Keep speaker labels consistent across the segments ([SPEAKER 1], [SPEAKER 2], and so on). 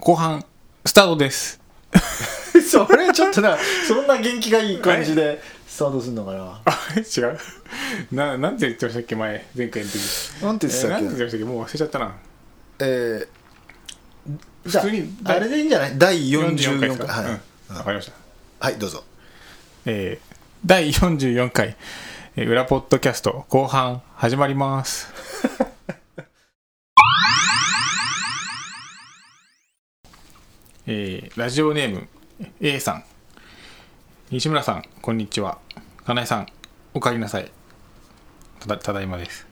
[SPEAKER 1] 後半スタートです
[SPEAKER 2] それはちょっとな そんな元気がいい感じでスタートするのかな
[SPEAKER 1] あれ違うななんて言ってましたっけ前前回の時
[SPEAKER 2] なんて言って
[SPEAKER 1] えーな
[SPEAKER 2] たっ
[SPEAKER 1] んて言ってま
[SPEAKER 2] け
[SPEAKER 1] したっけもう忘れちゃったな
[SPEAKER 2] えー、じゃ
[SPEAKER 1] 普通に
[SPEAKER 2] ああれでいいんじゃない第
[SPEAKER 1] 44
[SPEAKER 2] 44回
[SPEAKER 1] 回ですか
[SPEAKER 2] はい、
[SPEAKER 1] うん、わかりました
[SPEAKER 2] はいどうぞ
[SPEAKER 1] えー、第44回、えー、裏ポッドキャスト後半始まります。えー、ラジオネーム A さん、西村さん、こんにちは。かなえさん、おかえりなさい。ただただいまです。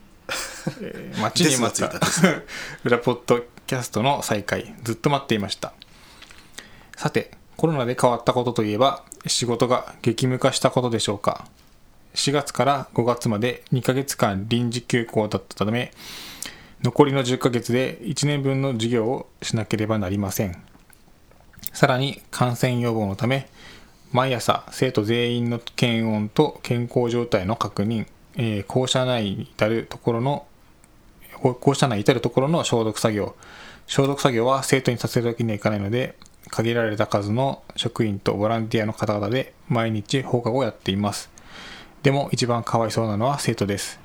[SPEAKER 1] え ー、待ちに待っ
[SPEAKER 2] で
[SPEAKER 1] た裏ポッドキャストの再開、ずっと待っていました。さて、コロナで変わったことといえば、仕事が激務化したことでしょうか。4月から5月まで2ヶ月間臨時休校だったため、残りの10ヶ月で1年分の授業をしなければなりません。さらに感染予防のため、毎朝生徒全員の検温と健康状態の確認、えー校舎内に至るところの校校舎内に至るところの消毒作業消毒作業は生徒にさせるわけにはいかないので限られた数の職員とボランティアの方々で毎日放課後をやっていますでも一番かわいそうなのは生徒です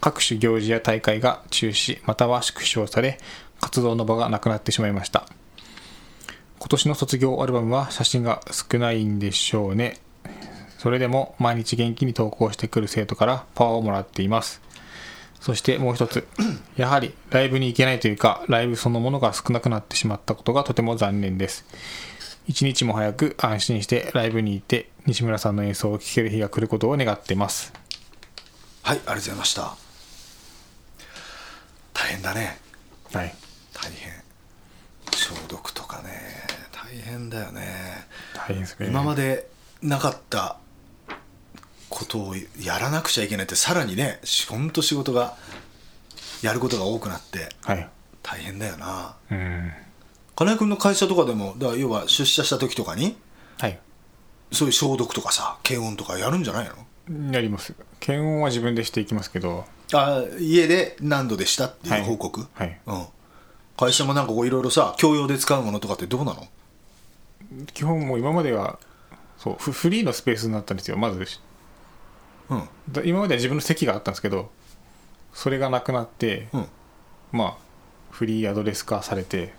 [SPEAKER 1] 各種行事や大会が中止または縮小され活動の場がなくなってしまいました今年の卒業アルバムは写真が少ないんでしょうねそれでも毎日元気に投稿してくる生徒からパワーをもらっていますそしてもう一つ、 やはりライブに行けないというか、ライブそのものが少なくなってしまったことがとても残念です。一日も早く安心してライブに行って、西村さんの演奏を聴ける日が来ることを願ってます。
[SPEAKER 2] はいありがとうございました大変だね
[SPEAKER 1] はい。
[SPEAKER 2] 大変消毒とかね大変だよね
[SPEAKER 1] 大変ですね。
[SPEAKER 2] 今ま
[SPEAKER 1] で。
[SPEAKER 2] でなかったことをやらなくちゃいけないってさらにね本当仕事がやることが多くなって
[SPEAKER 1] はい。
[SPEAKER 2] 大変だよな
[SPEAKER 1] うん。
[SPEAKER 2] 金井君の会社とかでもだから要は出社した時とかに
[SPEAKER 1] はい。
[SPEAKER 2] そういう消毒とかさ検温とかやるんじゃないの
[SPEAKER 1] やります。検温は自分でしていきますけど、
[SPEAKER 2] あ家で何度でしたって
[SPEAKER 1] はいいう
[SPEAKER 2] 報告、
[SPEAKER 1] はい
[SPEAKER 2] うん、会社もなんかこういろいろさ共用で使うものとかってどうなの
[SPEAKER 1] 基本もう今までは、そう、フフリーのスペースになったんですよ、まず。
[SPEAKER 2] うん
[SPEAKER 1] だ今までは自分の席があったんですけど、それがなくなって、
[SPEAKER 2] うん
[SPEAKER 1] まあ、フリーアドレス化されて、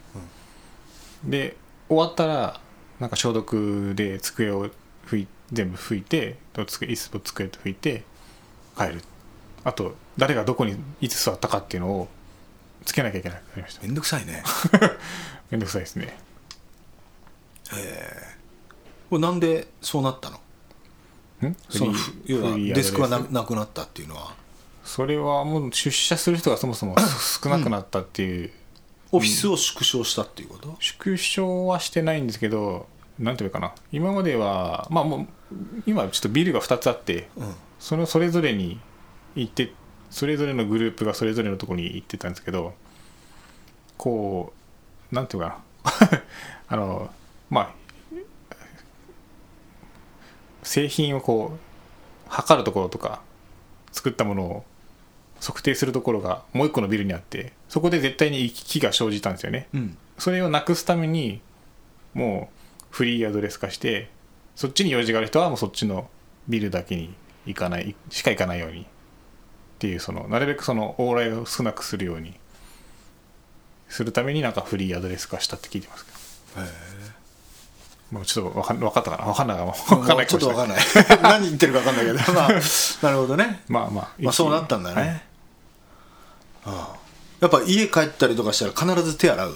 [SPEAKER 1] で終わったらなんか消毒で机を拭い全部拭いてと机椅子と机と拭いて帰るあと誰がどこにいつ座ったかっていうのをつけなきゃいけなくなりました
[SPEAKER 2] めんどくさい ね
[SPEAKER 1] めんどくさいですね
[SPEAKER 2] これなんでそうなったの
[SPEAKER 1] ん
[SPEAKER 2] その
[SPEAKER 1] フリー
[SPEAKER 2] 要は
[SPEAKER 1] フリーアド
[SPEAKER 2] デ
[SPEAKER 1] レ
[SPEAKER 2] スクがななくなったっていうのは
[SPEAKER 1] それはもう出社する人がそもそも少なくなったっていう、
[SPEAKER 2] オフィスを縮小したっていうこと、
[SPEAKER 1] 縮小はしてないんですけどなんていうかな今まではまあもう今ちょっとビルが2つあって
[SPEAKER 2] うん
[SPEAKER 1] そのそれぞれに行ってそれぞれのグループがそれぞれのとこに行ってたんですけどこうなんていうかな あのまあ製品をこう測るところとか作ったものを測定するところがもう一個のビルにあってそこで絶対に行き来が生じたんですよね
[SPEAKER 2] うん、
[SPEAKER 1] それをなくすためにもうフリーアドレス化してそっちに用事がある人はもうそっちのビルだけに行かないしか行かないようにっていうそのなるべくその往来を少なくするようにするためになんかフリーアドレス化したって聞いてますけどもうちょっとわかんわかったかなわかんないかもわかんない
[SPEAKER 2] ち
[SPEAKER 1] か
[SPEAKER 2] ょ
[SPEAKER 1] も
[SPEAKER 2] っ
[SPEAKER 1] し
[SPEAKER 2] と
[SPEAKER 1] れな
[SPEAKER 2] わか
[SPEAKER 1] い
[SPEAKER 2] んない 何言ってるかわかんないけどまあなるほどね
[SPEAKER 1] まあまあ、
[SPEAKER 2] まあそうなったんだね、
[SPEAKER 1] はい
[SPEAKER 2] やっぱ家帰ったりとかしたら必ず手洗う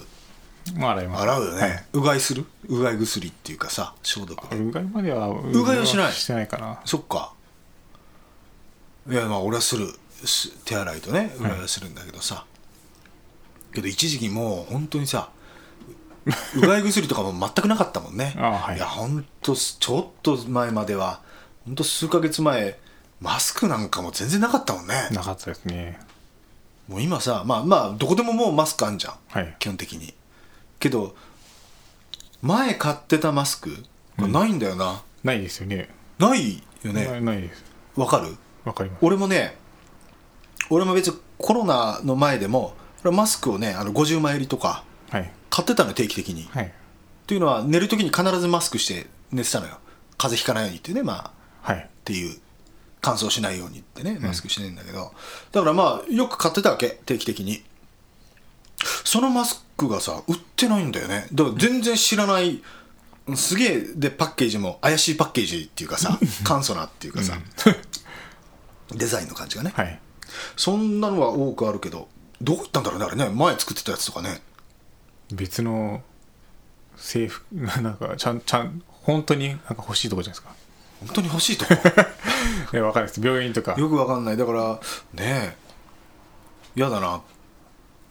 [SPEAKER 1] まあ洗います
[SPEAKER 2] 洗うよね、
[SPEAKER 1] はいう
[SPEAKER 2] がいするうがい薬っていうかさ消毒で
[SPEAKER 1] うがいまではう
[SPEAKER 2] うがいはしない
[SPEAKER 1] してないかな
[SPEAKER 2] そっかいやまあ俺はするす手洗いとねうがいはするんだけどさ、けど一時期もう本当にさううがい薬とかも全くなかったもんね
[SPEAKER 1] あはい
[SPEAKER 2] や本当ちょっと前までは本当数ヶ月前マスクなんかも全然なかったもんね
[SPEAKER 1] なかったですね
[SPEAKER 2] もう今さまあまあどこでももうマスクあんじゃん、
[SPEAKER 1] はい
[SPEAKER 2] 基本的にけど前買ってたマスクがないんだよな、
[SPEAKER 1] ないですよね
[SPEAKER 2] ない
[SPEAKER 1] な
[SPEAKER 2] よね
[SPEAKER 1] ないです
[SPEAKER 2] わかる
[SPEAKER 1] わかります
[SPEAKER 2] 俺もね俺も別にコロナの前でも俺はマスクをねあの50枚入りとか
[SPEAKER 1] はい
[SPEAKER 2] 買ってたのよ定期的に、
[SPEAKER 1] はい
[SPEAKER 2] というのは寝る時に必ずマスクして寝てたのよ風邪ひかないようにっていうねまあ
[SPEAKER 1] はい
[SPEAKER 2] っていう乾燥しないようにってねマスクしてねえんだけど、だからまあよく買ってたわけ定期的にそのマスクがさ売ってないんだよねだから全然知らないすげえでパッケージも怪しいパッケージっていうかさ簡素なっていうかさ、デザインの感じがね、
[SPEAKER 1] はい
[SPEAKER 2] そんなのは多くあるけどどこ行ったんだろうねあれね前作ってたやつとかね
[SPEAKER 1] 別の制服 なんかちゃんちゃん本当になんか欲しいとこじゃないですか
[SPEAKER 2] 本当に欲しいとこ
[SPEAKER 1] え分かんないです病院とか
[SPEAKER 2] よくわかんないだからねえ嫌だな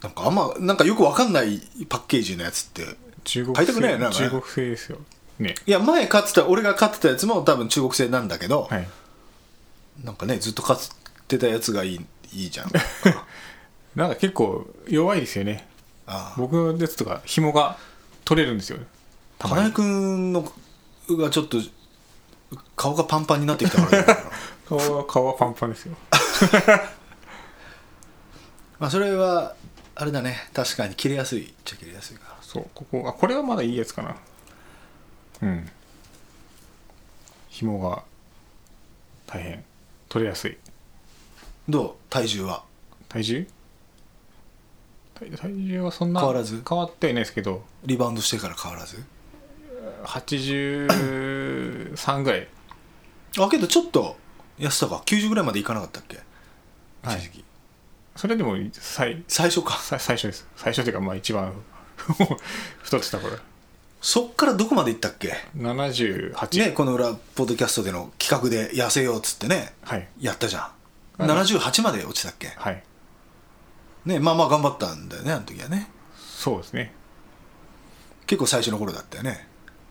[SPEAKER 2] なんかあんまなんかよくわかんないパッケージのやつって
[SPEAKER 1] 中国
[SPEAKER 2] 買いたくないよね
[SPEAKER 1] 製
[SPEAKER 2] なんかね
[SPEAKER 1] 中国製ですよね
[SPEAKER 2] いや前買ってた俺が買ってたやつも多分中国製なんだけど、
[SPEAKER 1] はい
[SPEAKER 2] なんかねずっと買ってたやつがいいい いじゃん
[SPEAKER 1] なんか結構弱いですよね
[SPEAKER 2] ああ
[SPEAKER 1] 僕のやつとか紐が取れるんですよたま
[SPEAKER 2] 金井
[SPEAKER 1] に
[SPEAKER 2] 君のがちょっと顔がパンパンになってき たからだよ
[SPEAKER 1] 顔は顔はパンパンですよ
[SPEAKER 2] まあそれはあれだね確かに切れやすいっちゃ切れやすいか
[SPEAKER 1] そうここあこれはまだいいやつかなうん紐が大変取れやすい
[SPEAKER 2] どう体重は
[SPEAKER 1] 体重体体重はそんな
[SPEAKER 2] 変わらず
[SPEAKER 1] 変わってはいないですけど
[SPEAKER 2] リバウンドしてから変わらず
[SPEAKER 1] 83ぐらい
[SPEAKER 2] あけどちょっと痩せたか90ぐらいまでいかなかったっけ
[SPEAKER 1] はい
[SPEAKER 2] 一時期
[SPEAKER 1] それでも最
[SPEAKER 2] 最初か
[SPEAKER 1] 最最初です最初というかまあ一番太ってた頃
[SPEAKER 2] そっからどこまでいったっけ
[SPEAKER 1] 78、
[SPEAKER 2] ねこの裏ポッドキャストでの企画で痩せようっつってね
[SPEAKER 1] はい
[SPEAKER 2] やったじゃん
[SPEAKER 1] うん
[SPEAKER 2] 78まで落ちたっけ
[SPEAKER 1] はい
[SPEAKER 2] ねまあまあ頑張ったんだよねあの時はね
[SPEAKER 1] そうですね
[SPEAKER 2] 結構最初の頃だったよね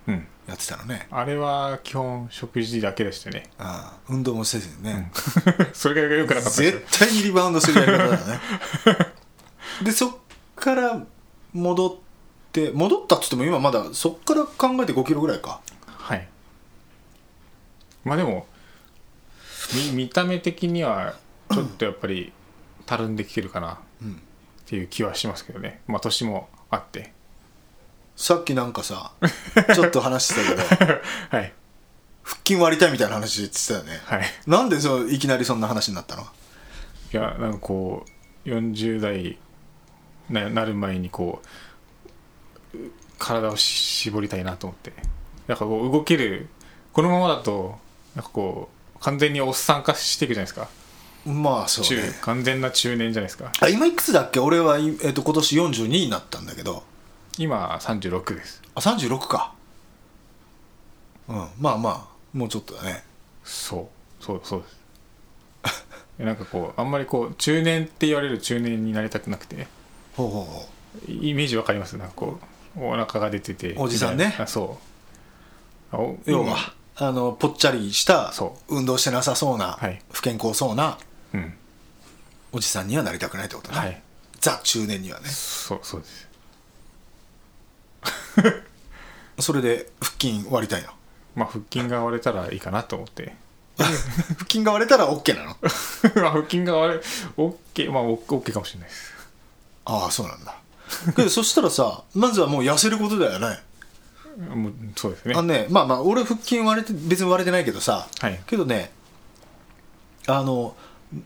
[SPEAKER 1] うん
[SPEAKER 2] やってたのね
[SPEAKER 1] あれは基本食事だけでしたね
[SPEAKER 2] ああ運動もせずにね、
[SPEAKER 1] それが良くなかったですよ
[SPEAKER 2] 絶対にリバウンドするやり方だよ ねでそっから戻って戻ったっつっても今まだそっから考えて5キロぐらいか
[SPEAKER 1] はいまあでもみ見た目的にはちょっとやっぱりたるんできてるかなっていう気はしますけどねまあ年もあって
[SPEAKER 2] さっきなんかさちょっと話し てたけど
[SPEAKER 1] はい
[SPEAKER 2] 腹筋割りたいみたいな話って言ってたよね、
[SPEAKER 1] はい
[SPEAKER 2] なんでそういきなりそんな話になったの
[SPEAKER 1] いやなんかこう40代ななる前にこう体をし絞りたいなと思ってなんかこう動けるこのままだとなんかこう完全におっさん化していくじゃないですか、
[SPEAKER 2] まあそう
[SPEAKER 1] 中
[SPEAKER 2] ね
[SPEAKER 1] 完全な中年じゃないですか
[SPEAKER 2] あ今いくつだっけ俺は、いえっと今年42になったんだけど
[SPEAKER 1] 今36です
[SPEAKER 2] あ36かうんまあまあもうちょっとだね
[SPEAKER 1] そうそうそうですいや なんかこうあんまりこう中年って言われる中年になりたくなくて
[SPEAKER 2] ほうほうほ
[SPEAKER 1] イメージわかりますなんかこうお腹が出てて
[SPEAKER 2] おじさんね
[SPEAKER 1] みたいなあそうあお
[SPEAKER 2] う要は、あのぽっちゃりした
[SPEAKER 1] そ
[SPEAKER 2] 運動してなさそうな、
[SPEAKER 1] はい
[SPEAKER 2] 不健康そうな
[SPEAKER 1] うん
[SPEAKER 2] おじさんにはなりたくないってことね、
[SPEAKER 1] はい
[SPEAKER 2] ザ中年にはね
[SPEAKER 1] そうそうです
[SPEAKER 2] それで腹筋割りたいの
[SPEAKER 1] まあ腹筋が割れたらいいかなと思って
[SPEAKER 2] 腹筋が割れたら OK なの
[SPEAKER 1] まあ腹筋が割れ OK まあ OK かもしれないです
[SPEAKER 2] ああそうなんだけどそしたらさまずはもう痩せることだよね
[SPEAKER 1] もうそうですね
[SPEAKER 2] あのねまあまあ俺腹筋割れて別に割れてないけどさ、
[SPEAKER 1] はい
[SPEAKER 2] けどねあの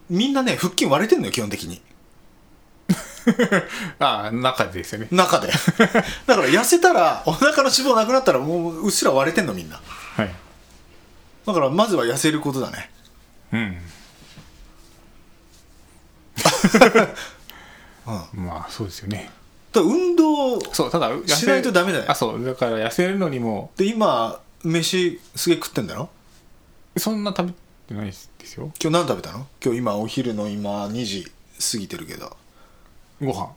[SPEAKER 2] みんなね腹筋割れてんのよ基本的に
[SPEAKER 1] ああ中でですよね
[SPEAKER 2] 中でだから痩せたらお腹の脂肪なくなったらもううっすら割れてんのみんな
[SPEAKER 1] はい
[SPEAKER 2] だからまずは痩せることだね
[SPEAKER 1] うん
[SPEAKER 2] うん
[SPEAKER 1] まあそうですよね
[SPEAKER 2] だから運動
[SPEAKER 1] そうただ痩せ
[SPEAKER 2] しないとダメだよ
[SPEAKER 1] あそうだから痩せるのにも
[SPEAKER 2] で今飯すげえ食ってんだろ
[SPEAKER 1] そんな食べてないですよ
[SPEAKER 2] 今日何食べたの今日今お昼の今2時過ぎてるけど
[SPEAKER 1] ご飯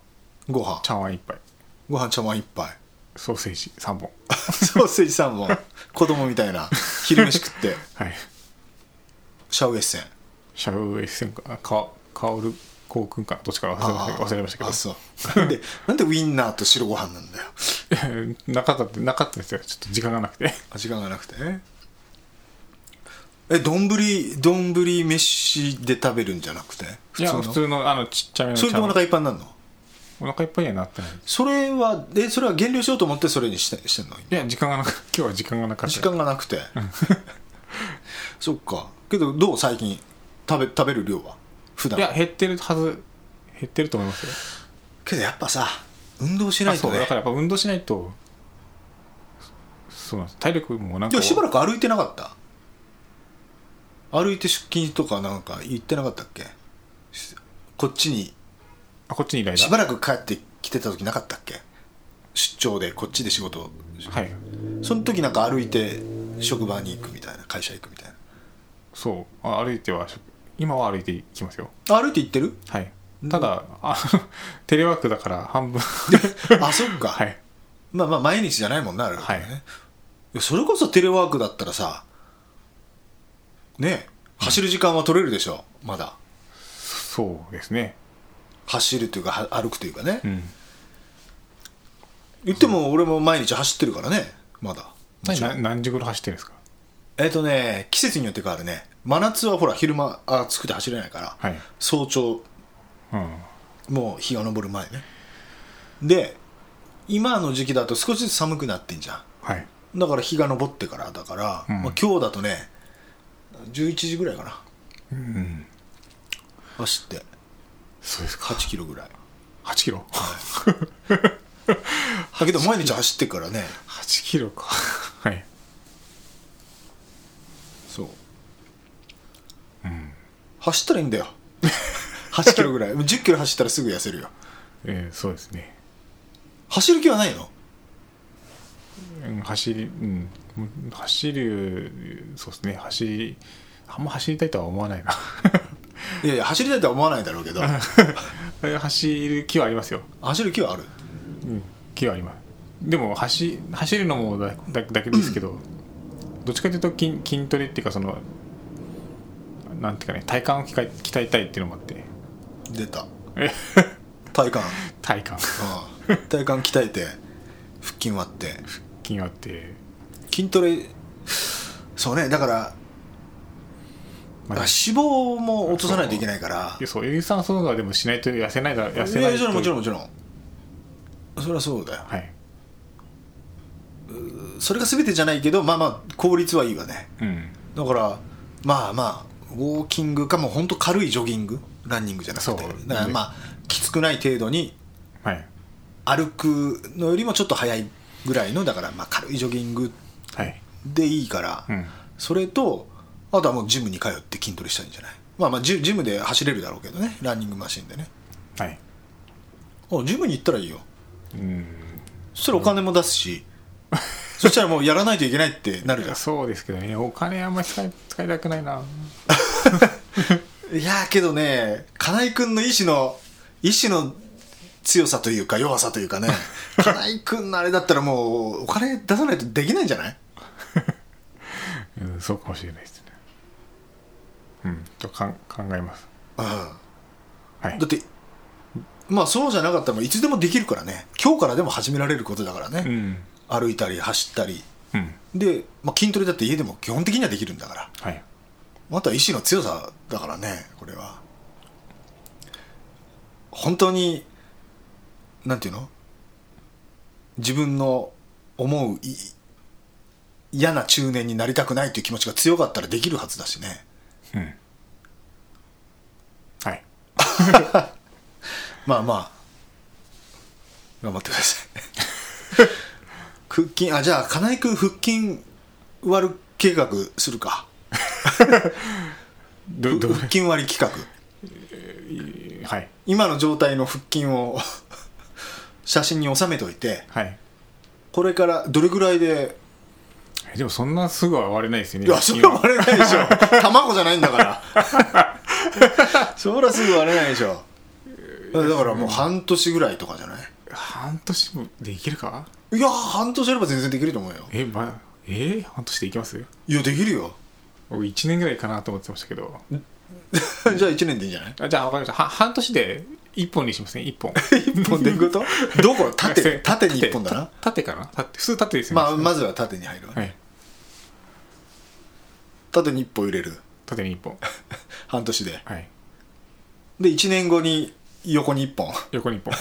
[SPEAKER 2] ご飯
[SPEAKER 1] 茶碗一杯
[SPEAKER 2] ご飯茶碗一杯
[SPEAKER 1] ソーセージ3本
[SPEAKER 2] ソーセージ3本子供みたいな昼飯食って
[SPEAKER 1] はい
[SPEAKER 2] シャウエ ッセン
[SPEAKER 1] シャウエッセンかあかカオルコウ君かどっちか忘れましたけど忘れましたけど
[SPEAKER 2] あそうなんでなんでウインナーと白ご飯なんだよ
[SPEAKER 1] なかったってなかったですよちょっと時間がなくて
[SPEAKER 2] あ時間がなくてねえ丼丼飯で食べるんじゃなくて
[SPEAKER 1] い
[SPEAKER 2] 普通
[SPEAKER 1] や
[SPEAKER 2] の
[SPEAKER 1] 普通のあのちっちゃめの
[SPEAKER 2] それでお
[SPEAKER 1] 茶碗
[SPEAKER 2] 腹いっぱいになるの
[SPEAKER 1] お腹いっぱいにはなってない
[SPEAKER 2] それはえそれは減量しようと思ってそれにしてしてんの
[SPEAKER 1] いや時間がなか今日は時間がなかった
[SPEAKER 2] 時間がなくて そっかけどどう最近食べ食べる量は普段
[SPEAKER 1] いや減ってるはず減ってると思いますよ
[SPEAKER 2] けどやっぱさ運動しな
[SPEAKER 1] あ
[SPEAKER 2] いと
[SPEAKER 1] そうだ
[SPEAKER 2] ね
[SPEAKER 1] からやっぱ運動しないとそうなんです体力もなん
[SPEAKER 2] い
[SPEAKER 1] か
[SPEAKER 2] やしばらく歩いてなかった歩いて出勤とかなんか行ってなかったっけしこっちに
[SPEAKER 1] あこっちに依頼だ
[SPEAKER 2] しばらく帰ってきてた時なかったっけ出張でこっちで仕事
[SPEAKER 1] はい
[SPEAKER 2] その時なんか歩いて職場に行くみたいな会社行くみたい
[SPEAKER 1] そうあ歩いては今は歩いていきますよ
[SPEAKER 2] な歩いて行っ てる
[SPEAKER 1] はいただあ テレワークだから半 分
[SPEAKER 2] あそっか、
[SPEAKER 1] はい
[SPEAKER 2] まあまあ毎日じゃないもんなあれだからね、
[SPEAKER 1] はい
[SPEAKER 2] いやそれこそテレワークだったらさねえ走る時間は取れるでしょまだ
[SPEAKER 1] そうですね
[SPEAKER 2] 走るというかは歩くというかね、
[SPEAKER 1] うん
[SPEAKER 2] 言っても俺も毎日走ってるからねまだもちろん
[SPEAKER 1] な何時頃走ってるんですか
[SPEAKER 2] えっ、とね季節によって変わるね真夏はほら昼間暑くて走れないから、
[SPEAKER 1] はい
[SPEAKER 2] 早朝
[SPEAKER 1] うん
[SPEAKER 2] もう日が昇る前ねで今の時期だと少しずつ寒くなってんじゃ
[SPEAKER 1] はい
[SPEAKER 2] んだから日が昇ってからだから、
[SPEAKER 1] うん
[SPEAKER 2] まあ、今日だとね11時ぐらいかな
[SPEAKER 1] うん
[SPEAKER 2] 走って
[SPEAKER 1] そうですか
[SPEAKER 2] 8キロぐ らい
[SPEAKER 1] 8キロ
[SPEAKER 2] だけど毎日走ってっからね
[SPEAKER 1] 8キロか はい
[SPEAKER 2] そう、走ったらいいんだよ8キロぐらい1 0キロ走ったらすぐ痩せるよ
[SPEAKER 1] えーそうですね、
[SPEAKER 2] 走る気はないの
[SPEAKER 1] うん、走りうん走るそうですね走りあんま走りたいとは思わない な
[SPEAKER 2] いやいや走りたいとは思わないだろうけど
[SPEAKER 1] 走る気はありますよ、
[SPEAKER 2] 走る気はある
[SPEAKER 1] うん、気はありますでも走走るのもだだだけですけど、どっちかというと筋筋トレっていうかそのなんていうかね体幹を鍛え鍛えたいっていうのもあって
[SPEAKER 2] 出た
[SPEAKER 1] え
[SPEAKER 2] 体幹、
[SPEAKER 1] 体幹
[SPEAKER 2] うん体幹鍛えて腹筋割って
[SPEAKER 1] 筋あって、
[SPEAKER 2] 筋トレそうねだから
[SPEAKER 1] ま
[SPEAKER 2] 脂肪も落とさないといけないから
[SPEAKER 1] いやそう、有酸素運動はでもしないと痩せないだ、痩
[SPEAKER 2] い
[SPEAKER 1] せ
[SPEAKER 2] や
[SPEAKER 1] ない
[SPEAKER 2] も
[SPEAKER 1] い
[SPEAKER 2] ちろんもちろん
[SPEAKER 1] ん。
[SPEAKER 2] もちろんそれはそうだよ
[SPEAKER 1] はい。
[SPEAKER 2] それが全てじゃないけどまあまあ効率はいいわね
[SPEAKER 1] うん。
[SPEAKER 2] だからまあまあウォーキングかもうほんと軽いジョギングランニングじゃなくて
[SPEAKER 1] そう
[SPEAKER 2] だからまあきつくない程度に
[SPEAKER 1] はい。
[SPEAKER 2] 歩くのよりもちょっと早いぐらいのだからまあ軽いジョギング
[SPEAKER 1] はい。
[SPEAKER 2] でいいから、
[SPEAKER 1] うん。
[SPEAKER 2] それとあとはもうジムに通って筋トレしたらいいんじゃないまあまあジジムで走れるだろうけどねランニングマシンでね
[SPEAKER 1] はい。
[SPEAKER 2] おジムに行ったらいいよ
[SPEAKER 1] うん。
[SPEAKER 2] そしたらお金も出すし、そしたらもうやらないといけないってなるじゃん
[SPEAKER 1] そうですけどね、お金あんまり使い使いたくないな。
[SPEAKER 2] いやーけどね、金井君の意志の、意志の強さというか弱さというかね、金井君のあれだったらもうお金出さないとできないんじゃない
[SPEAKER 1] うん、そうかもしれないですね。うん。とかん考えます。
[SPEAKER 2] うん。
[SPEAKER 1] はい
[SPEAKER 2] だ。って、まあそうじゃなかったらもういつでもできるからね、今日からでも始められることだから
[SPEAKER 1] う
[SPEAKER 2] ね、
[SPEAKER 1] ん。
[SPEAKER 2] 歩いたり走ったり。
[SPEAKER 1] うん。
[SPEAKER 2] で、まあ、筋トレだって家でも基本的にはできるんだから。
[SPEAKER 1] はい。
[SPEAKER 2] あとは意志の強さだからねこれは本当になんていうの自分の思うい嫌な中年になりたくないという気持ちが強かったらできるはずだしね
[SPEAKER 1] うん。はい。
[SPEAKER 2] まあまあ頑張ってください腹筋あじゃあ金井君腹筋割る計画するか
[SPEAKER 1] ど、ど
[SPEAKER 2] 腹、筋割り企画
[SPEAKER 1] はい。
[SPEAKER 2] 今の状態の腹筋を 写真に収めておいて
[SPEAKER 1] はい。
[SPEAKER 2] これからどれぐらいで
[SPEAKER 1] えでもそんなすぐは割れないですよね。
[SPEAKER 2] いやそれは割れないでしょ卵じゃないんだから そりゃすぐ割れないでしょだからもう半年ぐらいとかじゃない
[SPEAKER 1] 半年もできるか
[SPEAKER 2] いや半年あれば全然できると思うよ
[SPEAKER 1] え、ま、えー半年でいきます
[SPEAKER 2] いやできるよ
[SPEAKER 1] 僕1年ぐらいかなと思ってましたけど
[SPEAKER 2] じゃあ1年でいいんじゃない
[SPEAKER 1] あじゃあ分かりましたは半年で1本にしますね1本
[SPEAKER 2] 1本でいくことどこ縦縦に1本だな
[SPEAKER 1] た縦かな縦普通縦ですよね、
[SPEAKER 2] まあまずは縦に入るわ、
[SPEAKER 1] はい、
[SPEAKER 2] 縦に1本入れる
[SPEAKER 1] 縦に1本
[SPEAKER 2] 半年で
[SPEAKER 1] はい
[SPEAKER 2] で1年後に横に1本
[SPEAKER 1] 横に一本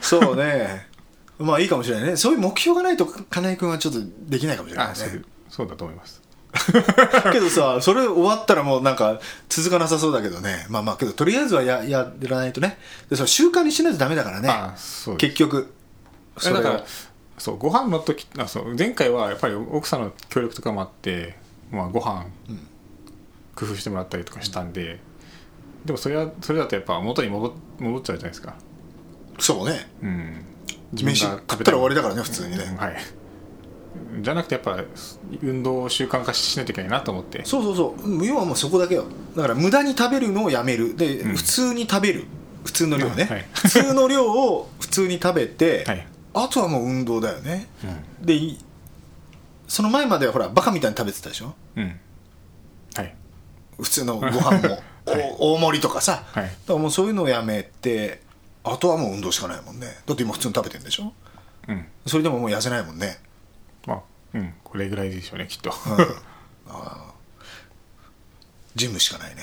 [SPEAKER 2] そうね まあいいかもしれないねそういう目標がないと金井君はちょっとできないかもしれない
[SPEAKER 1] あ
[SPEAKER 2] ね
[SPEAKER 1] そうそうだと思います
[SPEAKER 2] けどさそれ終わったらもうなんか続かなさそうだけどねまあまあけどとりあえずはややらないとねでその習慣にしないとダメだからね
[SPEAKER 1] あそうです
[SPEAKER 2] 結局そ
[SPEAKER 1] え
[SPEAKER 2] れ
[SPEAKER 1] だ
[SPEAKER 2] は
[SPEAKER 1] からそうご飯の時あそう前回はやっぱり奥さんの協力とかもあって、まあ、ご飯
[SPEAKER 2] ん
[SPEAKER 1] 工夫してもらったりとかしたんで、でもそれはそれだとやっぱ元に戻戻っちゃうじゃないですか
[SPEAKER 2] そうね
[SPEAKER 1] うん
[SPEAKER 2] 飯
[SPEAKER 1] が
[SPEAKER 2] 食ったら終わり
[SPEAKER 1] だ
[SPEAKER 2] だからね普通にね、
[SPEAKER 1] はいじゃなくてやっぱ運動を習慣化しないといけないなと思って
[SPEAKER 2] そうそうそううん要はもうそこだけよだから無駄に食べるのをやめるで、
[SPEAKER 1] ん
[SPEAKER 2] 普通に食べる普通の量ね、
[SPEAKER 1] はい
[SPEAKER 2] 普通の量を普通に食べて、
[SPEAKER 1] はい、
[SPEAKER 2] あとはもう運動だよね
[SPEAKER 1] う
[SPEAKER 2] でいその前まではほらバカみたいに食べてたでしょ
[SPEAKER 1] んうん、はい
[SPEAKER 2] 普通のご飯も、お大盛りとかさ、
[SPEAKER 1] はい
[SPEAKER 2] だからもうそういうのをやめてあとはもう運動しかないもんねだって今普通に食べてるんでしょ
[SPEAKER 1] うん
[SPEAKER 2] それでももう痩せないもんね、
[SPEAKER 1] まあうんこれぐらいでしょうねきっと
[SPEAKER 2] うんああジムし かないね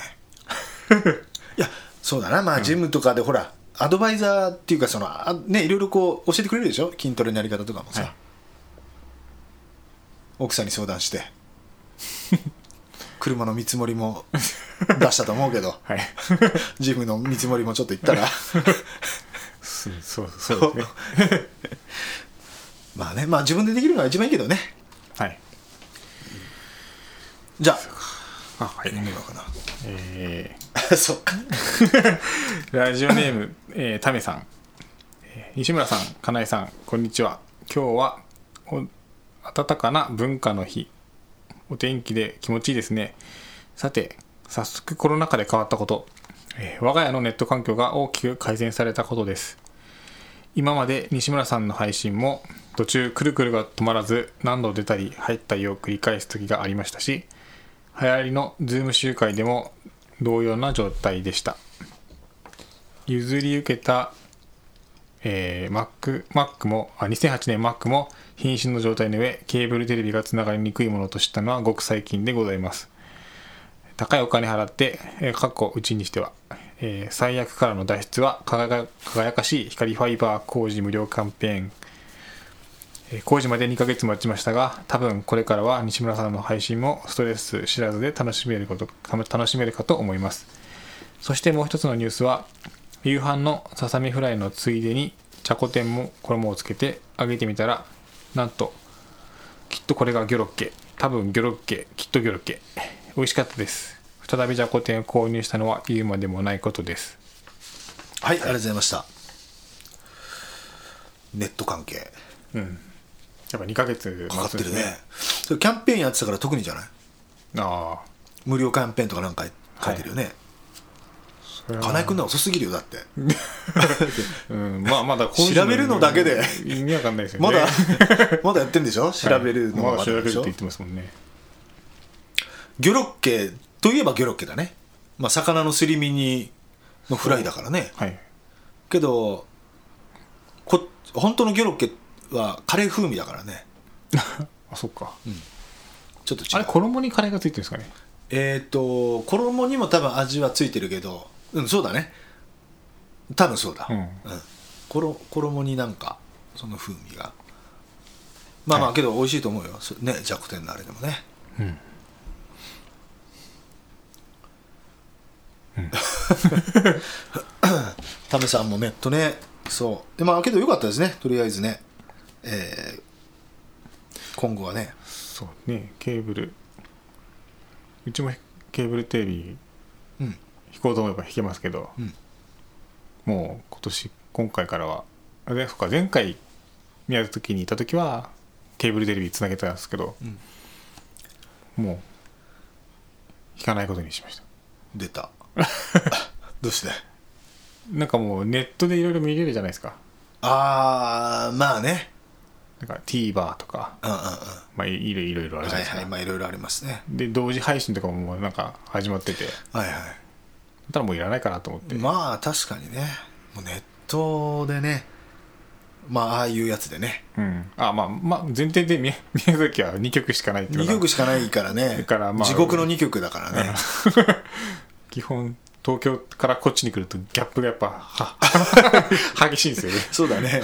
[SPEAKER 2] いやそうだなまあジムとかでほら、アドバイザーっていうかそのあねいろいろこう教えてくれるでしょ筋トレのやり方とかもさ、
[SPEAKER 1] はい
[SPEAKER 2] 奥さんに相談して車の見積もりも出したと思 うけど
[SPEAKER 1] はい
[SPEAKER 2] ジムの見積もりもちょっと行ったら
[SPEAKER 1] そうそうそうですね
[SPEAKER 2] まあねまあ自分でできるのが一番いいけどね
[SPEAKER 1] はい
[SPEAKER 2] じゃあ
[SPEAKER 1] あはい
[SPEAKER 2] 飲むのかな
[SPEAKER 1] え
[SPEAKER 2] そっか
[SPEAKER 1] ーラジオネーム、えー、タメさん、えー西村さん、かなえさん、こんにちは。今日はお暖かな文化の日。お天気で気持ちいいですね。さて、早速コロナ禍で変わったこと、えー我が家のネット環境が大きく改善されたことです。今まで西村さんの配信も途中くるくるが止まらず何度出たり入ったりを繰り返す時がありましたし流行りのズーム集会でも同様な状態でした譲り受けた、えー Mac, Mac もあ2008年 Mac も瀕死の状態の上ケーブルテレビがつながりにくいものとしたのはごく最近でございます高いお金払って、えー、かっこうちにしては、えー最悪からの脱出は輝か輝かしい光ファイバー工事無料キャンペーン、えー工事まで2ヶ月待ちましたが多分これからは西村さんの配信もストレス知らずで楽しめること楽しめるかと思いますそしてもう一つのニュースは夕飯のささみフライのついでにじゃこ天も衣をつけて揚げてみたらなんときっとこれがギョロッケ多分ギョロッケきっとギョロッケ美味しかったです再びじゃこ天を購入したのは言うまでもないことです
[SPEAKER 2] はいありがとうございましたネット関係
[SPEAKER 1] やっぱ2ヶ月
[SPEAKER 2] かかってる
[SPEAKER 1] 待つんです
[SPEAKER 2] ねそれキャンペーンやってたから特にじゃない
[SPEAKER 1] ああ
[SPEAKER 2] 無料キャンペーンとかなんか書いてるよね、
[SPEAKER 1] それは
[SPEAKER 2] 金井君のは遅すぎるよ だって
[SPEAKER 1] うんまあまだこういう
[SPEAKER 2] 調べるのだけで
[SPEAKER 1] 意味わかんないですよね
[SPEAKER 2] まだ
[SPEAKER 1] はい
[SPEAKER 2] まだやってんでしょ調べるの
[SPEAKER 1] まだ調べる
[SPEAKER 2] で
[SPEAKER 1] っ
[SPEAKER 2] してょ
[SPEAKER 1] 言ってますもんね
[SPEAKER 2] ギョロッケといえばギョロッケだね、まあ、魚のすり身にのフライだからね
[SPEAKER 1] はい
[SPEAKER 2] けどこ本当のギョロッケはカレー風味だからね
[SPEAKER 1] あそっか
[SPEAKER 2] ちょっと
[SPEAKER 1] あ
[SPEAKER 2] 違
[SPEAKER 1] れ
[SPEAKER 2] う
[SPEAKER 1] 衣にカレーがついてるんですかね
[SPEAKER 2] えっ、と衣にも多分味はついてるけどうんそうだね多分そうだ、
[SPEAKER 1] うん
[SPEAKER 2] 衣衣になんかその風味がまあまあけど美味しいと思うよ、そね弱点のあれでもね
[SPEAKER 1] うん
[SPEAKER 2] タメさんもネットねそうでまあけどよかったですねとりあえずねえー今後はね
[SPEAKER 1] そうねケーブルうちもケーブルテレビ
[SPEAKER 2] うん
[SPEAKER 1] 弾こうと思えば弾けますけど、
[SPEAKER 2] うん
[SPEAKER 1] もう今年今回からはあれそうか前回宮崎にいた時はケーブルテレビつなげたんですけど、
[SPEAKER 2] ん
[SPEAKER 1] もう弾かないことにしました
[SPEAKER 2] 出 たどうして
[SPEAKER 1] なんかもうネットでいろいろ見れるじゃないですか
[SPEAKER 2] ああまあね
[SPEAKER 1] なんか TVer とか、
[SPEAKER 2] うんうんうん
[SPEAKER 1] まあ、いろいろいろあるじゃ
[SPEAKER 2] は
[SPEAKER 1] ないいですか、
[SPEAKER 2] はいまあいろいろありますね
[SPEAKER 1] で同時配信とかももうなんか始まっててだ
[SPEAKER 2] はいは
[SPEAKER 1] ったらもういらないかなと思って、
[SPEAKER 2] いまあ確かにねもうネットでねまあああいうやつでね
[SPEAKER 1] うん、あまあまあ前提で宮 宮崎は2曲しかないっていう
[SPEAKER 2] 2
[SPEAKER 1] のが
[SPEAKER 2] 曲しかないからね
[SPEAKER 1] だからまあ
[SPEAKER 2] 地獄の2曲だからね
[SPEAKER 1] 基本東京からこっちに来るとギャップがやっぱは 激しいんですよね
[SPEAKER 2] そうだ ね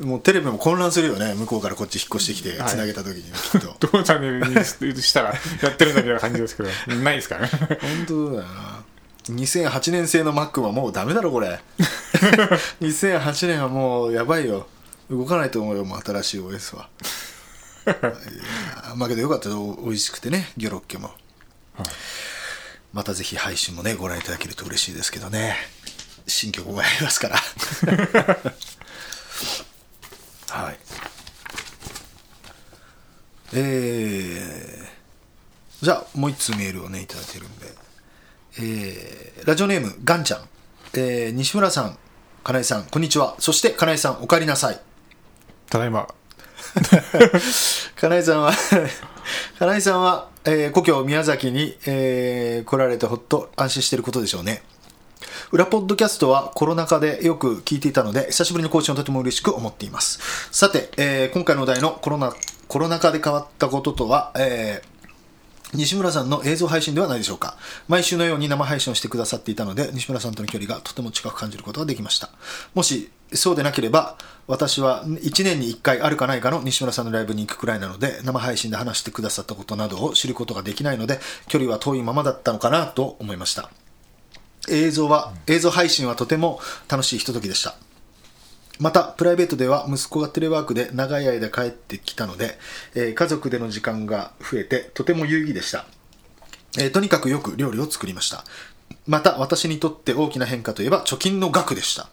[SPEAKER 2] もうテレビも混乱するよね向こうからこっち引っ越してきて
[SPEAKER 1] はい
[SPEAKER 2] つなげた時にねきっと
[SPEAKER 1] どのチャンネルにしたらやってるんだみたいな感じですけどないですからね
[SPEAKER 2] 本当だよな2008年製の Mac はもうダメだろこれ2008年はもうやばいよ動かないと思うよもう新しい OS はいやーまあけどよかったよ美味しくてねギョロッケも、またぜひ配信もねご覧いただけると嬉しいですけどね新曲もやりますからはいえー、じゃあ、もう一通メールをね、いただいてるんで。えー、ラジオネーム、ガンちゃん。えー、西村さん、金井さん、こんにちは。そして、金井さん、お帰りなさい。
[SPEAKER 1] ただいま
[SPEAKER 2] 金井さん は、金井さんは、えー故郷宮崎に、えー来られてほっと安心していることでしょうね。裏ポッドキャストはコロナ禍でよく聞いていたので、久しぶりの更新をとても嬉しく思っています。さて、えー今回のお題のコロナ、コロナ禍で変わったこととは、えー西村さんの映像配信ではないでしょうか毎週のように生配信をしてくださっていたので西村さんとの距離がとても近く感じることができましたもしそうでなければ私は1年に1回あるかないかの西村さんのライブに行くくらいなので生配信で話してくださったことなどを知ることができないので距離は遠いままだったのかなと思いました映像は映像配信はとても楽しいひとときでしたまたプライベートでは息子がテレワークで長い間帰ってきたので、えー家族での時間が増えてとても有意義でした、えーとにかくよく料理を作りましたまた私にとって大きな変化といえば貯金の額でした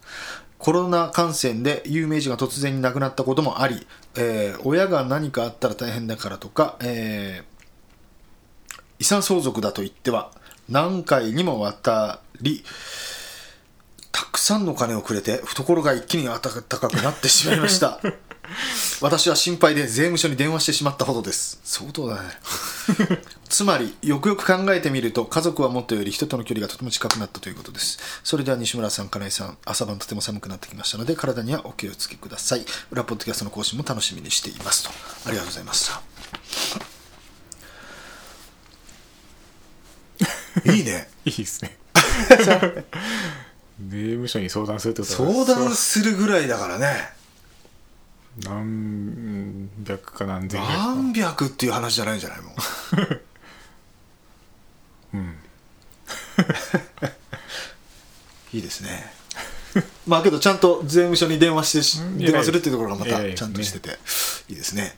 [SPEAKER 2] コロナ感染で有名人が突然に亡くなったこともあり、えー親が何かあったら大変だからとか、えー遺産相続だと言っては何回にもわたりたくさんのお金をくれて懐が一気に温かくなってしまいました私は心配で税務署に電話してしまったほどです相当だねつまりよくよく考えてみると家族はもとより人との距離がとても近くなったということですそれでは西村さん金井さん朝晩とても寒くなってきましたので体にはお気をつけください裏ポッドキャストの更新も楽しみにしていますとありがとうございましたいいね
[SPEAKER 1] いいです ね税務署に相談するってこと
[SPEAKER 2] 相
[SPEAKER 1] は
[SPEAKER 2] 談するぐらいだからね
[SPEAKER 1] 何百か何千百か
[SPEAKER 2] 何百っていう話じゃないんじゃな いもういいですねまあけどちゃんと税務署に電話してし
[SPEAKER 1] うん
[SPEAKER 2] 電話するっていうところがまた
[SPEAKER 1] 偉いです
[SPEAKER 2] ちゃんとしてていいですね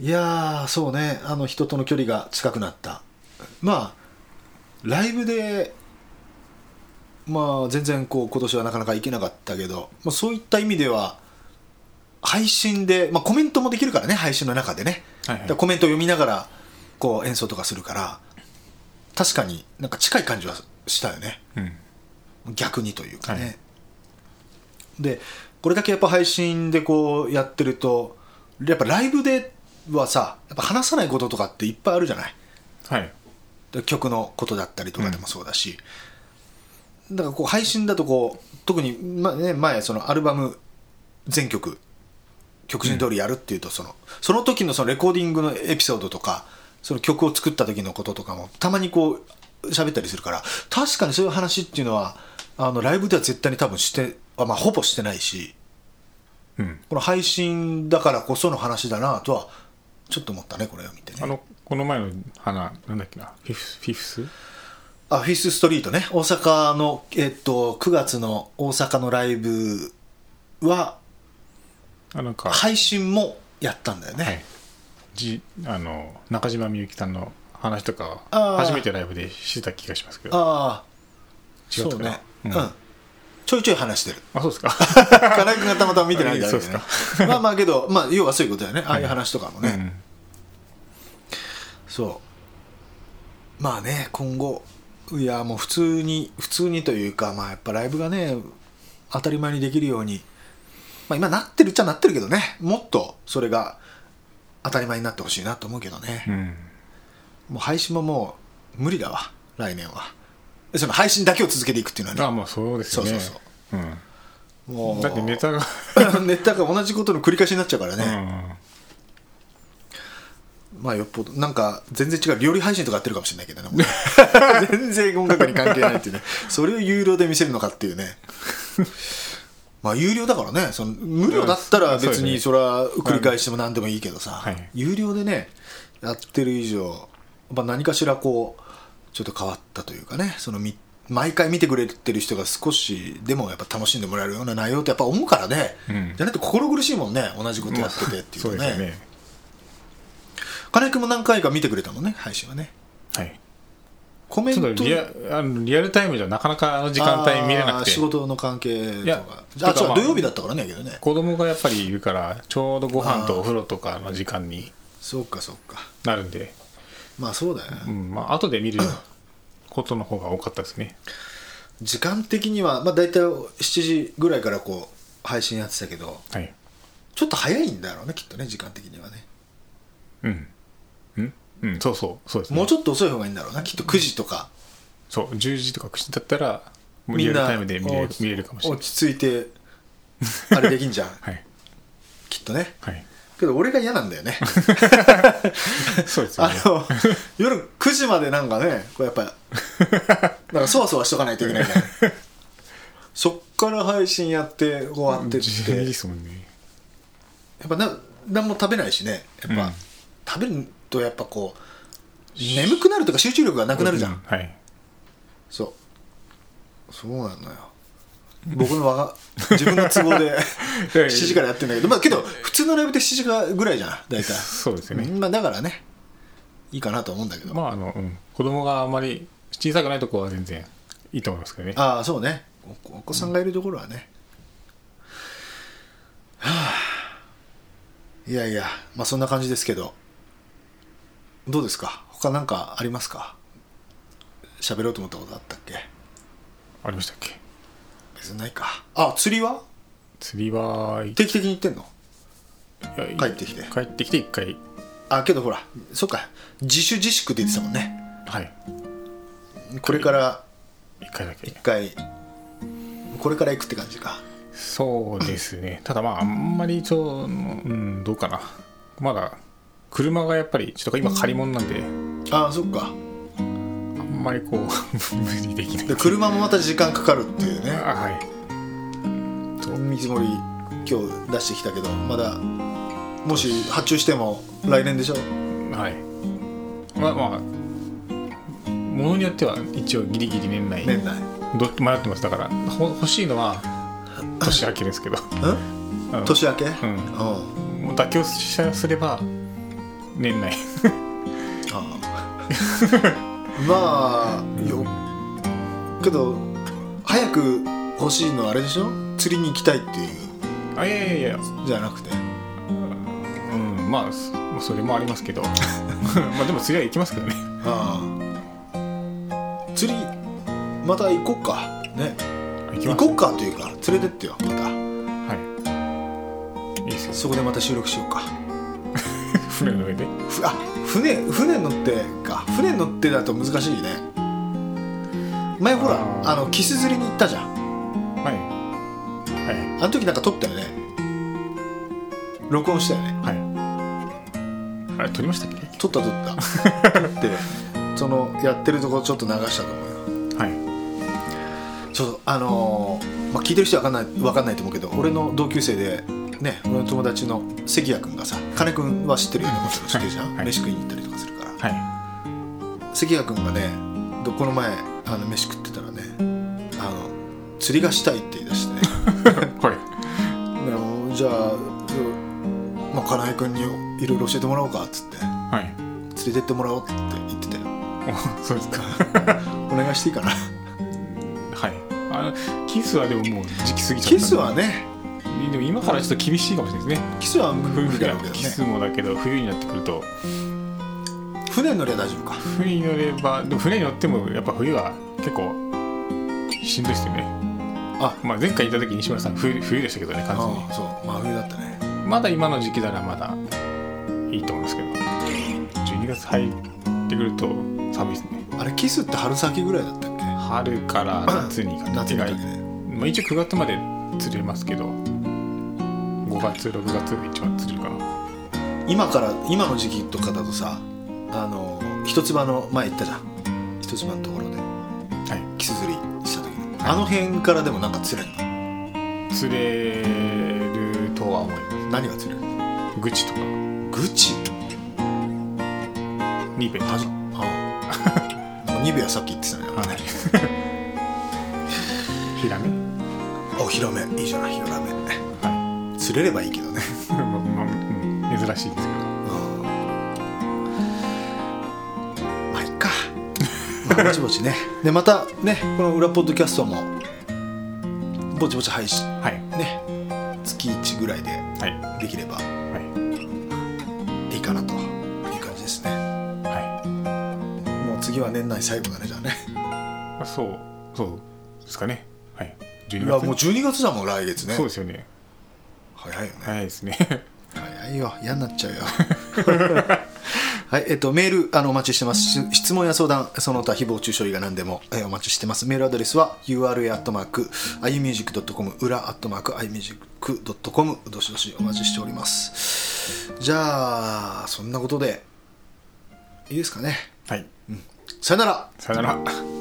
[SPEAKER 2] いやーそうねあの人との距離が近くなったまあライブでまあ全然こう今年はなかなか行けなかったけど、まあ、そういった意味では配信で、まあ、コメントもできるからね配信の中でね、
[SPEAKER 1] はいはい
[SPEAKER 2] だからコメントを読みながらこう演奏とかするから確かになんか近い感じはしたよね
[SPEAKER 1] うん
[SPEAKER 2] 逆にというかね、
[SPEAKER 1] はい
[SPEAKER 2] でこれだけやっぱ配信でこうやってるとやっぱライブではさやっぱ話さないこととかっていっぱいあるじゃない
[SPEAKER 1] はい
[SPEAKER 2] 曲のことだったりとかでもそうだし、だからこう配信だとこう特に、まね、前そのアルバム全曲曲順通りやるっていうとその、その時のそのレコーディングのエピソードとかその曲を作った時のこととかもたまにこう喋ったりするから確かにそういう話っていうのはあのライブでは絶対に多分してあまあほぼしてないし
[SPEAKER 1] うん
[SPEAKER 2] この配信だからこその話だなとはちょっと思ったねこれを見てね
[SPEAKER 1] あのこの前の花なんだっけなフィフスフィフス
[SPEAKER 2] あフィフスストリートね大阪の、えっと、9月の大阪のライブは
[SPEAKER 1] あなんか
[SPEAKER 2] 配信もやったんだよね、
[SPEAKER 1] はい、じあの中島みゆきさんの話とか
[SPEAKER 2] あー
[SPEAKER 1] は初めてライブでしてた気がしますけど
[SPEAKER 2] ああ
[SPEAKER 1] 違った
[SPEAKER 2] そう
[SPEAKER 1] かな
[SPEAKER 2] ねうん、
[SPEAKER 1] うん
[SPEAKER 2] ちょいちょい話してる
[SPEAKER 1] あそうですか
[SPEAKER 2] 金井君がたまたま見てないだ けで
[SPEAKER 1] そう
[SPEAKER 2] ね
[SPEAKER 1] で
[SPEAKER 2] まあまあけど、まあ、要はそういうことだよねあ あいう話とかもね、そうまあね今後いやもう普通に普通にというかまあやっぱライブがね当たり前にできるようにまあ今なってるっちゃなってるけどねもっとそれが当たり前になってほしいなと思うけどね
[SPEAKER 1] う、ん、うん、
[SPEAKER 2] もう配信ももう無理だわ来年はその配信だけを続けていくっていうのはね
[SPEAKER 1] あまあそうですよね
[SPEAKER 2] そうそう
[SPEAKER 1] う
[SPEAKER 2] も
[SPEAKER 1] ん、
[SPEAKER 2] う
[SPEAKER 1] だって ネタが、
[SPEAKER 2] ネタが同じことの繰り返しになっちゃうから
[SPEAKER 1] う
[SPEAKER 2] ね、
[SPEAKER 1] ん
[SPEAKER 2] まあよっぽどなんか全然違う料理配信とかやってるかもしれないけどね もうね全然音楽に関係ないっていうねそれを有料で見せるのかっていうねまあ有料だからねその無料だったら別にそれは繰り返しても何でもいいけどさ、
[SPEAKER 1] はい
[SPEAKER 2] 有料でねやってる以上、まあ、何かしらこうちょっと変わったというかねそのみ毎回見てくれてる人が少しでもやっぱ楽しんでもらえるような内容ってやっぱ思うからね、
[SPEAKER 1] うん
[SPEAKER 2] じゃないと心苦しいもんね同じことやっててっていう
[SPEAKER 1] そ
[SPEAKER 2] と
[SPEAKER 1] う
[SPEAKER 2] ね,、
[SPEAKER 1] ですよね。
[SPEAKER 2] 金井君も何回か見てくれたもんね配信はね
[SPEAKER 1] はい。
[SPEAKER 2] コメン
[SPEAKER 1] ちょ
[SPEAKER 2] ト
[SPEAKER 1] っとリアあのリアルタイムじゃなかなかあの時間帯見れな
[SPEAKER 2] あー
[SPEAKER 1] くて
[SPEAKER 2] 仕事の関係
[SPEAKER 1] い
[SPEAKER 2] と
[SPEAKER 1] や
[SPEAKER 2] か
[SPEAKER 1] て
[SPEAKER 2] あ
[SPEAKER 1] か
[SPEAKER 2] 違う
[SPEAKER 1] まあ
[SPEAKER 2] 土曜日だったからねけどね
[SPEAKER 1] 子供がやっぱりいるからちょうどご飯とお風呂とかの時間に
[SPEAKER 2] そうかそうか
[SPEAKER 1] なるんで、
[SPEAKER 2] まあそうだよ、ね
[SPEAKER 1] うんまあ後で見ることの方が多かったですね。
[SPEAKER 2] 時間的にはまあ大体7時ぐらいからこう配信やってたけど
[SPEAKER 1] はい。
[SPEAKER 2] ちょっと早いんだろうねきっとね時間的にはね
[SPEAKER 1] うん。うんうん、そうそう、そうですね。
[SPEAKER 2] もうちょっと遅い方がいいんだろうなきっと9時とか
[SPEAKER 1] そう、10時とか9時だったら、もう
[SPEAKER 2] み
[SPEAKER 1] リア
[SPEAKER 2] ん
[SPEAKER 1] ル
[SPEAKER 2] な
[SPEAKER 1] タイムで見れる
[SPEAKER 2] 落ち
[SPEAKER 1] 見れるかもしれない。
[SPEAKER 2] 落ち着いてあれできんじゃ ん
[SPEAKER 1] はい。
[SPEAKER 2] きっとね
[SPEAKER 1] はい。
[SPEAKER 2] けど俺が嫌なんだよね
[SPEAKER 1] そうですよ
[SPEAKER 2] あ
[SPEAKER 1] ね。
[SPEAKER 2] の 夜9時までなんかねこうやっ ぱなんかそわそわしとかないといけないからそっから配信やって終わってっ
[SPEAKER 1] 自由
[SPEAKER 2] て
[SPEAKER 1] ですもんね。
[SPEAKER 2] やっぱな何も食べないしねやっぱ、
[SPEAKER 1] うん
[SPEAKER 2] 食べるとやっぱこう眠くなるとか集中力がなくなるじゃん、
[SPEAKER 1] うはい。
[SPEAKER 2] そうそうなのよ僕のわが自分の都合 で7時からやってんだけどまあけど普通のライブって7時からぐらいじゃない大体
[SPEAKER 1] そうですよね。
[SPEAKER 2] まあだからねいいかなと思うんだけど、
[SPEAKER 1] まあ、あの、うん。子供があんまり小さくないとこは全然いいと思いますけどね。
[SPEAKER 2] ああそうねおお子さんがいるところはね、はあいやいやまあそんな感じですけどどうですか他なんかありますか喋ろうと思ったことあったっけ
[SPEAKER 1] ありましたっけ
[SPEAKER 2] 別にないかあ釣りは
[SPEAKER 1] 釣りは、い
[SPEAKER 2] 定期的に行ってんの
[SPEAKER 1] やい
[SPEAKER 2] 帰ってきて
[SPEAKER 1] 帰ってきて一回。
[SPEAKER 2] あけどほらそっか自主自粛って言ってたもんね
[SPEAKER 1] はい。
[SPEAKER 2] これから
[SPEAKER 1] 一回だけ。
[SPEAKER 2] 一回これから行くって感じか
[SPEAKER 1] そうですね。ただまあ、あんまり、ちょ、うん、どうかな。まだ、車がやっぱり、ちょっと今借り物なんで、
[SPEAKER 2] ああそっか
[SPEAKER 1] あんまりこう、 無理できない
[SPEAKER 2] で。車もまた時間かかるっていうね
[SPEAKER 1] あはい。
[SPEAKER 2] 見積もり今日出してきたけどまだもし発注しても来年でしょ
[SPEAKER 1] はいまあまあものによっては一応ギリギリ年内
[SPEAKER 2] 年内
[SPEAKER 1] どっち迷ってますだからほ欲しいのは年明けです けど
[SPEAKER 2] うん
[SPEAKER 1] あの
[SPEAKER 2] 年明けうん
[SPEAKER 1] んもう妥協すれば年内
[SPEAKER 2] あ ーまあよけど早く欲しいのはあれでしょ釣りに行きたいっていう
[SPEAKER 1] あいやいやいや
[SPEAKER 2] じゃなくて
[SPEAKER 1] うんまあそそれもありますけ どまあでも釣りは行きますけどね
[SPEAKER 2] ああ釣りまた行こっかね
[SPEAKER 1] 行きま
[SPEAKER 2] 行
[SPEAKER 1] す
[SPEAKER 2] こっかというか連れてってよまた
[SPEAKER 1] はいいいですよ
[SPEAKER 2] そこでまた収録しようか
[SPEAKER 1] 船の上で
[SPEAKER 2] ふあ船船乗ってか船乗ってだと難しいね前ほら
[SPEAKER 1] あー
[SPEAKER 2] あのキス釣りに行ったじゃん
[SPEAKER 1] はいは
[SPEAKER 2] あの時なんか撮ったよね録音したよね
[SPEAKER 1] いはいあれ撮りましたっけ
[SPEAKER 2] 撮った撮った 撮ってそのやってるとこちょっと流したと思うよ
[SPEAKER 1] はい
[SPEAKER 2] ちょっとあのーまあ、聞いてる人は分かんないわかんないと思うけど俺の同級生でね俺の友達の関谷君がさ金君は知ってるよねもちろん知ってるじゃん、
[SPEAKER 1] はい
[SPEAKER 2] 飯食いに行ったりとかするから
[SPEAKER 1] は
[SPEAKER 2] 関谷君がねどこの前あの飯食ってたらねあの釣りがしたいって言い出してね
[SPEAKER 1] い これ
[SPEAKER 2] でもじゃあ、まあ、金井君にいろいろ教えてもらおうかっつって
[SPEAKER 1] はい
[SPEAKER 2] 連れてってもらおうって言ってたよ
[SPEAKER 1] おそうですか
[SPEAKER 2] お願いしていい かな
[SPEAKER 1] はい。あキスはでももう時期過ぎちゃった。
[SPEAKER 2] キスはね
[SPEAKER 1] でも今からちょっと厳しいかもしれないですね。
[SPEAKER 2] キスは無理だろうけど
[SPEAKER 1] キス
[SPEAKER 2] ね
[SPEAKER 1] もだけど冬になってくると
[SPEAKER 2] 船乗りは大丈夫か
[SPEAKER 1] 船に乗ればでも船に乗ってもやっぱ冬は結構しんどいですよね。
[SPEAKER 2] あ
[SPEAKER 1] まあ前回行った時西村さん冬冬でしたけどね完全
[SPEAKER 2] ああそう真冬だったね
[SPEAKER 1] に。まだ今の時期ならまだいいと思うんですけど。12月入ってくると寒いですね。
[SPEAKER 2] あれキスって春先ぐらいだったっけ
[SPEAKER 1] 春から夏にか
[SPEAKER 2] 夏
[SPEAKER 1] け
[SPEAKER 2] に
[SPEAKER 1] が
[SPEAKER 2] かけね
[SPEAKER 1] まあ、一応9月まで釣れますけど5月6月が一番釣れるかな
[SPEAKER 2] 今から今の時期とかだとさあの一つ葉の前行ったじゃん一つ葉のところで
[SPEAKER 1] は
[SPEAKER 2] キス釣りした時に、あの辺からでもなんか釣れるの
[SPEAKER 1] い釣れるとは思いま
[SPEAKER 2] 何が釣れる
[SPEAKER 1] す愚痴とか
[SPEAKER 2] グチ
[SPEAKER 1] ニベとか
[SPEAKER 2] ああ ニベアさっき言ってたね
[SPEAKER 1] はいヒラメ
[SPEAKER 2] おヒラメいいじゃないヒラメ
[SPEAKER 1] は
[SPEAKER 2] 釣れればいいけどね
[SPEAKER 1] いまあまあうん珍しいですけど
[SPEAKER 2] うんまあいっか、まあ、ぼちぼちね でまたねこの裏ポッドキャストもぼちぼち配信
[SPEAKER 1] はい
[SPEAKER 2] ね月1ぐらいで
[SPEAKER 1] はい
[SPEAKER 2] できれば
[SPEAKER 1] はい
[SPEAKER 2] いいかなという感じですね
[SPEAKER 1] はい
[SPEAKER 2] もう次は年内最後だねじゃあね
[SPEAKER 1] まあそうそうですかねはい
[SPEAKER 2] い
[SPEAKER 1] 12
[SPEAKER 2] や
[SPEAKER 1] 月
[SPEAKER 2] もう12月だもん来月ね
[SPEAKER 1] そうですよね
[SPEAKER 2] 早いよね
[SPEAKER 1] 早いですね
[SPEAKER 2] 早いよ嫌になっちゃうよ はいえっと、メールあのお待ちしてますし質問や相談その他誹謗中傷以外何でも、えーお待ちしてますメールアドレスは ura.imusic.com 裏 .imusic.com どしどしお待ちしておりますじゃあそんなことでいいですかね
[SPEAKER 1] はい
[SPEAKER 2] さよなら
[SPEAKER 1] さよなら